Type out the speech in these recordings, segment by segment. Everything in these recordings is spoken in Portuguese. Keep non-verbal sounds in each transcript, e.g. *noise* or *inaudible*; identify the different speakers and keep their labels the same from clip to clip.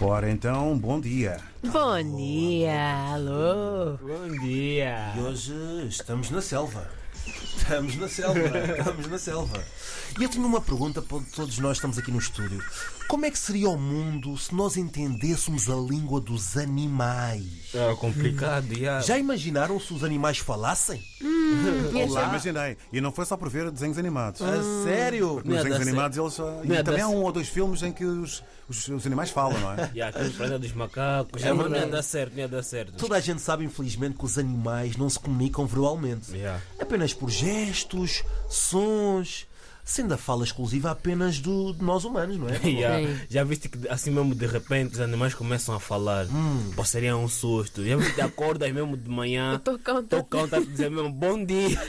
Speaker 1: Ora então, bom dia.
Speaker 2: Bom dia, alô.
Speaker 3: Bom dia.
Speaker 4: E hoje estamos na selva. Estamos na selva, estamos na selva. E eu tenho uma pergunta para todos nós que estamos aqui no estúdio. Como é que seria o mundo se nós entendêssemos a língua dos animais?
Speaker 3: É complicado, já.
Speaker 4: Já imaginaram se os animais falassem?
Speaker 1: Já imaginei. E não foi só por ver desenhos animados.
Speaker 4: A sério?
Speaker 1: Porque nos
Speaker 3: Ah, Não é
Speaker 1: desenhos
Speaker 3: da sé-
Speaker 1: animados eles. só-
Speaker 3: Não
Speaker 1: E
Speaker 3: é
Speaker 1: também
Speaker 3: da
Speaker 1: há
Speaker 3: sé-
Speaker 1: um ou dois filmes em que os, os, os animais falam, não
Speaker 3: *laughs*
Speaker 1: é?
Speaker 3: Já, aquele planeta dos macacos.
Speaker 4: É
Speaker 3: já, não ia
Speaker 4: verdade.
Speaker 3: dar certo, não ia dar certo. *laughs*
Speaker 4: Toda a gente sabe, infelizmente, que os animais não se comunicam verbalmente.
Speaker 3: Yeah.
Speaker 4: Apenas por gestos, sons, sendo a fala exclusiva apenas do, de nós humanos, não é?
Speaker 3: Já,
Speaker 2: Sim.
Speaker 3: já viste que assim mesmo de repente os animais começam a falar.
Speaker 2: Hum.
Speaker 3: Pô, seria um susto. Já viste, acordas mesmo de manhã.
Speaker 2: O tocão tá-
Speaker 3: O tocão tá a dizer mesmo bom dia.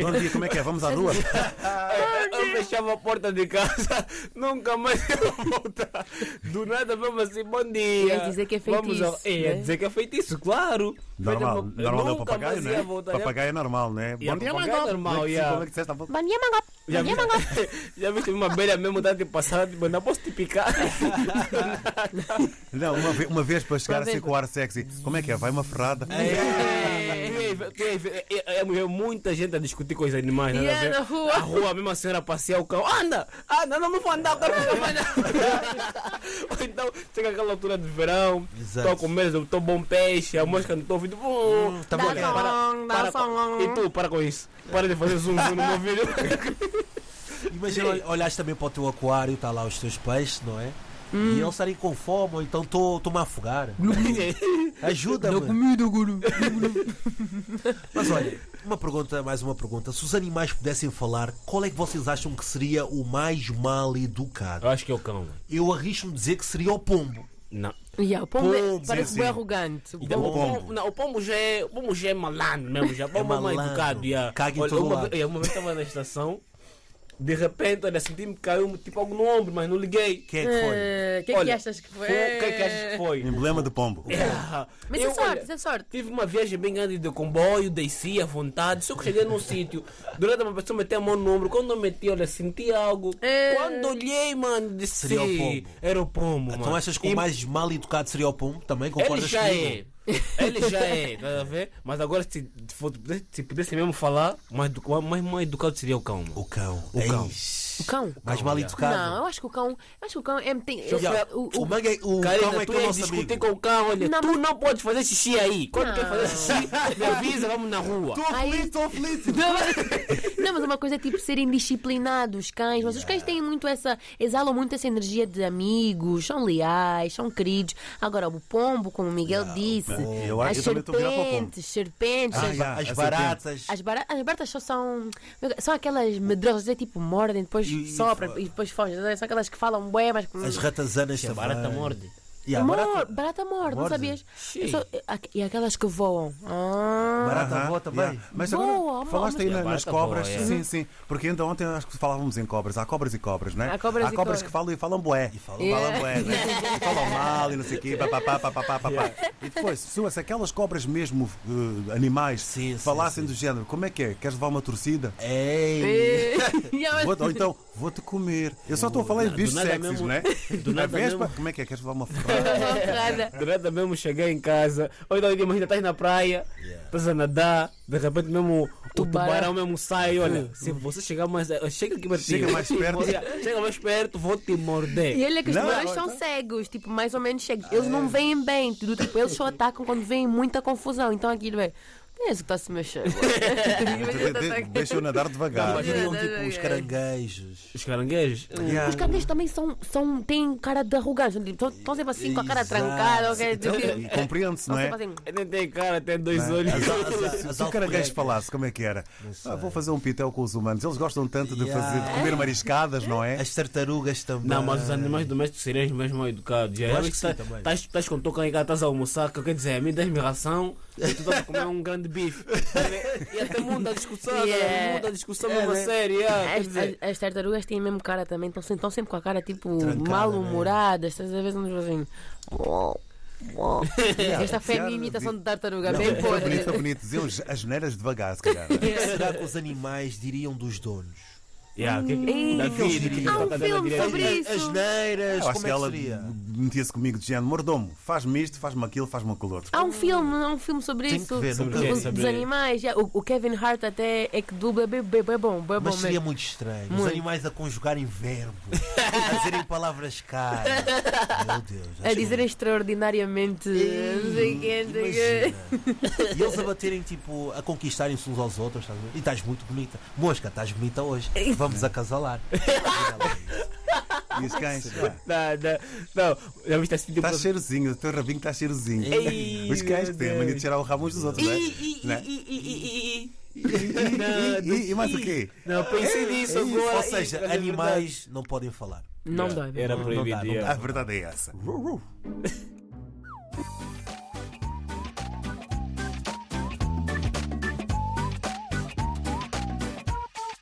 Speaker 1: bom dia, como é que é? Vamos à
Speaker 3: *laughs*
Speaker 1: rua?
Speaker 3: Eu fechava a porta de casa, *laughs* nunca mais ia voltar. Do nada mesmo assim, bom dia.
Speaker 2: Ia dizer que é
Speaker 3: Vamos
Speaker 2: feitiço,
Speaker 3: É, ia
Speaker 2: né?
Speaker 3: dizer que é feitiço, claro.
Speaker 1: Normal,
Speaker 3: Mas eu
Speaker 1: normal é o
Speaker 3: nunca
Speaker 1: papagaio,
Speaker 3: mais
Speaker 1: né?
Speaker 3: ia voltar.
Speaker 1: Papagaio é normal, né?
Speaker 3: Yeah, papagaio é normal,
Speaker 1: Como é que-
Speaker 3: yeah.
Speaker 1: como é que disseste há
Speaker 3: *laughs*
Speaker 1: pouco?
Speaker 2: Bom dia, Mangop.
Speaker 3: Já vi, *laughs* já vi que uma abelha mesmo dá de passar, tipo, não posso te picar.
Speaker 1: Não, uma, ve- uma vez para chegar
Speaker 2: Uma
Speaker 1: assim
Speaker 2: vez-
Speaker 1: com o ar sexy, como é que é? Vai uma ferrada.
Speaker 3: É. Tu ia ver- é- é- é muita gente a discutir com os animais, nada a
Speaker 2: Yeah,
Speaker 3: ver.
Speaker 2: na rua.
Speaker 3: A rua, mesmo a senhora passeia o cão. Anda! Anda, não, não vou andar, cara, *laughs* não vou andar. Ou então, chega aquela altura de verão,
Speaker 4: Exato.
Speaker 3: estou a comer, estou bom peixe, a mosca não estou ouvindo. Hum,
Speaker 4: tá bom,
Speaker 3: para,
Speaker 4: cara.
Speaker 3: para, para, E tu, para com isso. Para de fazer zoom zoom *laughs* no meu vídeo.
Speaker 4: Imagina, ol- olhares também para o teu aquário, está lá os teus peixes, não é? E eles estarem com fome, ou então estou-me a afogar. *laughs* Ajuda-me. Mas olha, uma pergunta, mais uma pergunta. Se os animais pudessem falar, qual é que vocês acham que seria o mais mal educado?
Speaker 3: Eu acho que é o cão. mano.
Speaker 4: Eu arrisco-me dizer que seria o pombo.
Speaker 3: Não.
Speaker 2: E o pombo é-
Speaker 4: Pombo,
Speaker 2: parece
Speaker 1: sim.
Speaker 2: bem arrogante.
Speaker 3: Então,
Speaker 2: Pombo.
Speaker 3: o pombo. Não, o pombo já é, o pombo já é malandro mesmo, já. O pombo é, mal
Speaker 4: malandro.
Speaker 3: educado. já.
Speaker 4: Caga em
Speaker 3: Olha,
Speaker 4: todo
Speaker 3: uma,
Speaker 4: lado.
Speaker 3: vez- é, uma vez estava na estação, de repente, olha, senti-me que caiu tipo algo no ombro, mas não liguei.
Speaker 4: Quem é que Hum. foi?
Speaker 2: Eh, que é que
Speaker 3: Olha,
Speaker 2: achas que foi?
Speaker 3: Foi, O que é que achas que foi?
Speaker 1: Emblema do pombo.
Speaker 3: É.
Speaker 2: Mas
Speaker 3: Eu,
Speaker 2: é sorte,
Speaker 3: olha,
Speaker 2: isso é sorte.
Speaker 3: Tive uma viagem bem grande de comboio, desci à vontade, só que cheguei num sítio, durante uma pessoa meteu a mão no ombro, quando eu meti, olha, senti algo.
Speaker 2: É.
Speaker 3: Quando olhei, mano, disse,
Speaker 4: Seria o pombo.
Speaker 3: era o pombo, mano.
Speaker 4: Então achas que
Speaker 3: E-
Speaker 4: o mais mal educado seria o pombo? Também
Speaker 3: Ele
Speaker 4: concordas
Speaker 3: já é.
Speaker 4: comigo?
Speaker 3: Ele já é, tá a ver? Mas agora, se, for- se pudesse mesmo falar, mais, do- mais, mais educado seria o cão. mano.
Speaker 4: O cão.
Speaker 3: é. O cão.
Speaker 4: Eish.
Speaker 2: O cão?
Speaker 4: Mais mal educado.
Speaker 2: Não, eu acho que o cão. Eu acho que o cão é. Tem,
Speaker 3: Já
Speaker 2: é-
Speaker 3: fui-
Speaker 2: o,
Speaker 4: O,
Speaker 2: o-
Speaker 4: manga- o cão
Speaker 3: Karina,
Speaker 4: é que
Speaker 3: tu
Speaker 4: é o
Speaker 3: ias
Speaker 4: nosso
Speaker 3: discutir
Speaker 4: amigo.
Speaker 3: com o cão, olha,
Speaker 2: Não,
Speaker 3: tu não podes fazer xixi aí. Quando
Speaker 2: Não.
Speaker 3: quer fazer xixi, me avisa, vamos na rua.
Speaker 2: Ai.
Speaker 4: estou aflito.
Speaker 2: Não, mas- não, mas uma coisa é tipo serem disciplinados, os cães. Mas os cães têm muito essa. exalam muito essa energia de amigos, são leais, são queridos. Agora, o pombo, como o Miguel disse,
Speaker 1: pombo. Eu acho
Speaker 2: as
Speaker 1: que eu também estou virado para o pombo.
Speaker 2: serpentes, serpentes,
Speaker 1: Ah,
Speaker 2: as-
Speaker 1: já,
Speaker 4: As
Speaker 1: a
Speaker 4: baratas.
Speaker 2: As, bara- as baratas só são. São aquelas medrosas, é tipo mordem, depois
Speaker 4: E- e
Speaker 2: sopram
Speaker 4: fo-
Speaker 2: e, depois fogem. é? São aquelas que falam bué, mas.
Speaker 4: As ratazanas também. E a
Speaker 2: Mor-
Speaker 4: barata,
Speaker 2: barata morde, não
Speaker 4: Morde?
Speaker 2: sabias?
Speaker 3: Sim.
Speaker 2: Só- e aquelas que voam. Ah. *laughs*
Speaker 4: barata
Speaker 1: Aham,
Speaker 4: voa também.
Speaker 1: Tá? yeah. Mas
Speaker 2: Boa,
Speaker 1: agora
Speaker 2: boa,
Speaker 1: falaste aí
Speaker 3: mas-
Speaker 1: na-
Speaker 3: Yeah,
Speaker 1: nas
Speaker 3: barata
Speaker 1: cobras.
Speaker 3: boa, é.
Speaker 1: Sim, sim. Porque ainda ontem acho que falávamos em cobras. Há cobras e cobras, né?
Speaker 2: Há cobras e cobras.
Speaker 1: que falam e falam bué. E
Speaker 4: falam-
Speaker 2: Yeah.
Speaker 1: bué, né? e falam mal e não sei o quê. Pá, pá, pá, pá, pá, pá, pá. E depois, se se aquelas cobras mesmo eh, animais
Speaker 4: Sim, sim,
Speaker 1: falassem
Speaker 4: sim.
Speaker 1: do género, como é que é? Queres levar uma torcida?
Speaker 4: Ei!
Speaker 2: Eh, já, mas- *laughs*
Speaker 1: Vou- ou então, vou-te comer. Eu só estou a falar em
Speaker 3: do
Speaker 1: bichos
Speaker 3: nada
Speaker 1: sexys,
Speaker 3: mesmo-
Speaker 1: né?
Speaker 3: do nada
Speaker 1: a vespa,
Speaker 3: mesmo.
Speaker 1: como é que é? Queres levar uma
Speaker 2: *laughs*
Speaker 1: ferrada?
Speaker 2: Nada.
Speaker 3: Do nada mesmo cheguei em casa, ou então imagina, estás na praia, estás a nadar, de repente mesmo
Speaker 2: Tubarão.
Speaker 3: o tubarão mesmo sai, olha, se você chegar mais, eh, chega aqui pertinho.
Speaker 1: Chega mais perto.
Speaker 3: *laughs* chega mais perto, vou te morder.
Speaker 2: E olha que os
Speaker 1: Não,
Speaker 2: tubarões
Speaker 1: não, então. É.
Speaker 2: são
Speaker 1: não.
Speaker 2: cegos, tipo, mais ou menos cegos. Eles não veem bem, tudo tipo, eles só atacam quando vem muita confusão. Então aquilo é. Quem é esse que está se mexendo?
Speaker 1: De- de- *laughs* Deixa eu nadar devagar.
Speaker 2: Mas-
Speaker 4: Seriam
Speaker 2: Nada,
Speaker 4: tipo
Speaker 2: nada,
Speaker 4: os
Speaker 2: nada.
Speaker 4: caranguejos.
Speaker 3: Os caranguejos.
Speaker 2: Os caranguejos também são, são, têm cara de arrogância. Estão estão sempre assim com a cara
Speaker 4: Exato.
Speaker 2: trancada. ok?
Speaker 1: Então, e compreende-se, não
Speaker 2: Estão
Speaker 1: é?
Speaker 2: sempre assim.
Speaker 3: Ele nem tem cara, tem dois olhos.
Speaker 4: As-
Speaker 1: Se
Speaker 4: as
Speaker 1: o caranguejo
Speaker 4: alfurecas.
Speaker 1: falasse, como é que era? Ah, vou fazer um pitel com os humanos. Eles gostam tanto de,
Speaker 4: Yeah.
Speaker 1: fazer, de comer mariscadas, não é?
Speaker 4: As tartarugas também.
Speaker 3: Não, mas os animais domésticos seriam os mais mal educados.
Speaker 4: Eu
Speaker 3: Já
Speaker 4: acho que sim, também.
Speaker 3: Estás com toca em casa, estás a almoçar, que quer dizer, a mim dás-me ração e tu estás a comer um grande bife. E até muda a discussão, cara,
Speaker 2: Yeah.
Speaker 3: muda a discussão
Speaker 4: É,
Speaker 3: mesmo a
Speaker 4: né?
Speaker 3: sério. yeah, quer
Speaker 2: As, as,
Speaker 3: dizer,
Speaker 2: as tartarugas têm mesmo cara também, estão sempre, tão sempre com a cara tipo
Speaker 1: né?
Speaker 4: Trancada,
Speaker 2: mal-humoradas, estás a ver? São assim. "Uau,
Speaker 1: *laughs*
Speaker 2: uau". Esta foi a
Speaker 1: Tiago,
Speaker 2: minha imitação
Speaker 1: di-
Speaker 2: de tartaruga,
Speaker 1: Não, é.
Speaker 2: bem
Speaker 1: foi bonito, foi
Speaker 2: podre.
Speaker 1: é? bonito. Diziam as neiras devagar, se calhar.
Speaker 4: Será que os animais diriam dos donos?
Speaker 3: Yeah, que,
Speaker 2: Ei,
Speaker 3: David, que
Speaker 4: há
Speaker 2: um
Speaker 3: toca da
Speaker 2: filme
Speaker 3: direita.
Speaker 2: sobre isso.
Speaker 4: As neiras,
Speaker 1: Eu acho
Speaker 4: como
Speaker 1: que
Speaker 4: é que
Speaker 1: ela
Speaker 4: seria?
Speaker 1: metia-se comigo de género mordomo. Faz-me isto, faz-me aquilo, faz-me aquilo outro.
Speaker 2: Há um filme, há um filme sobre
Speaker 4: Tem
Speaker 2: isso.
Speaker 4: que ver,
Speaker 2: sobre
Speaker 4: não
Speaker 3: tem?
Speaker 2: os-
Speaker 3: Sobre-
Speaker 2: dos animais. já. O, o Kevin Hart até é que dubla bem, bem, bem bom, bem
Speaker 4: Mas
Speaker 2: Tá bom
Speaker 4: seria
Speaker 2: mesmo.
Speaker 4: muito estranho. Os
Speaker 2: Muito.
Speaker 4: animais a conjugarem verbo, a dizerem palavras caras. Meu Deus.
Speaker 2: A dizer extraordinariamente. não sei o quê, não sei o quê.
Speaker 4: Imagina. E eles a baterem, tipo, a conquistarem-se uns aos outros. Estás a ver? e estás muito bonita. Mosca, estás bonita hoje. Vamos acasalar. Ah,
Speaker 1: E
Speaker 4: é
Speaker 1: os cães.
Speaker 3: Não, não, não, já viste esse vídeo?
Speaker 1: Está cheirosinho, o teu rabinho está cheirosinho.
Speaker 3: Ei,
Speaker 1: Os cães que têm a mania de
Speaker 3: Deus.
Speaker 1: cheirar o rabo uns dos outros, não é? Não é?
Speaker 3: Não,
Speaker 1: E- e- e mais o quê?
Speaker 3: Não, pensei nisso agora.
Speaker 4: É Ou
Speaker 3: Ih, mas
Speaker 4: seja,
Speaker 3: é
Speaker 4: animais não podem falar.
Speaker 2: Não
Speaker 3: verdade.
Speaker 2: dói.
Speaker 3: Era
Speaker 1: é
Speaker 4: Não dá, não
Speaker 3: proibido.
Speaker 4: dá.
Speaker 3: yeah.
Speaker 1: A verdade é essa.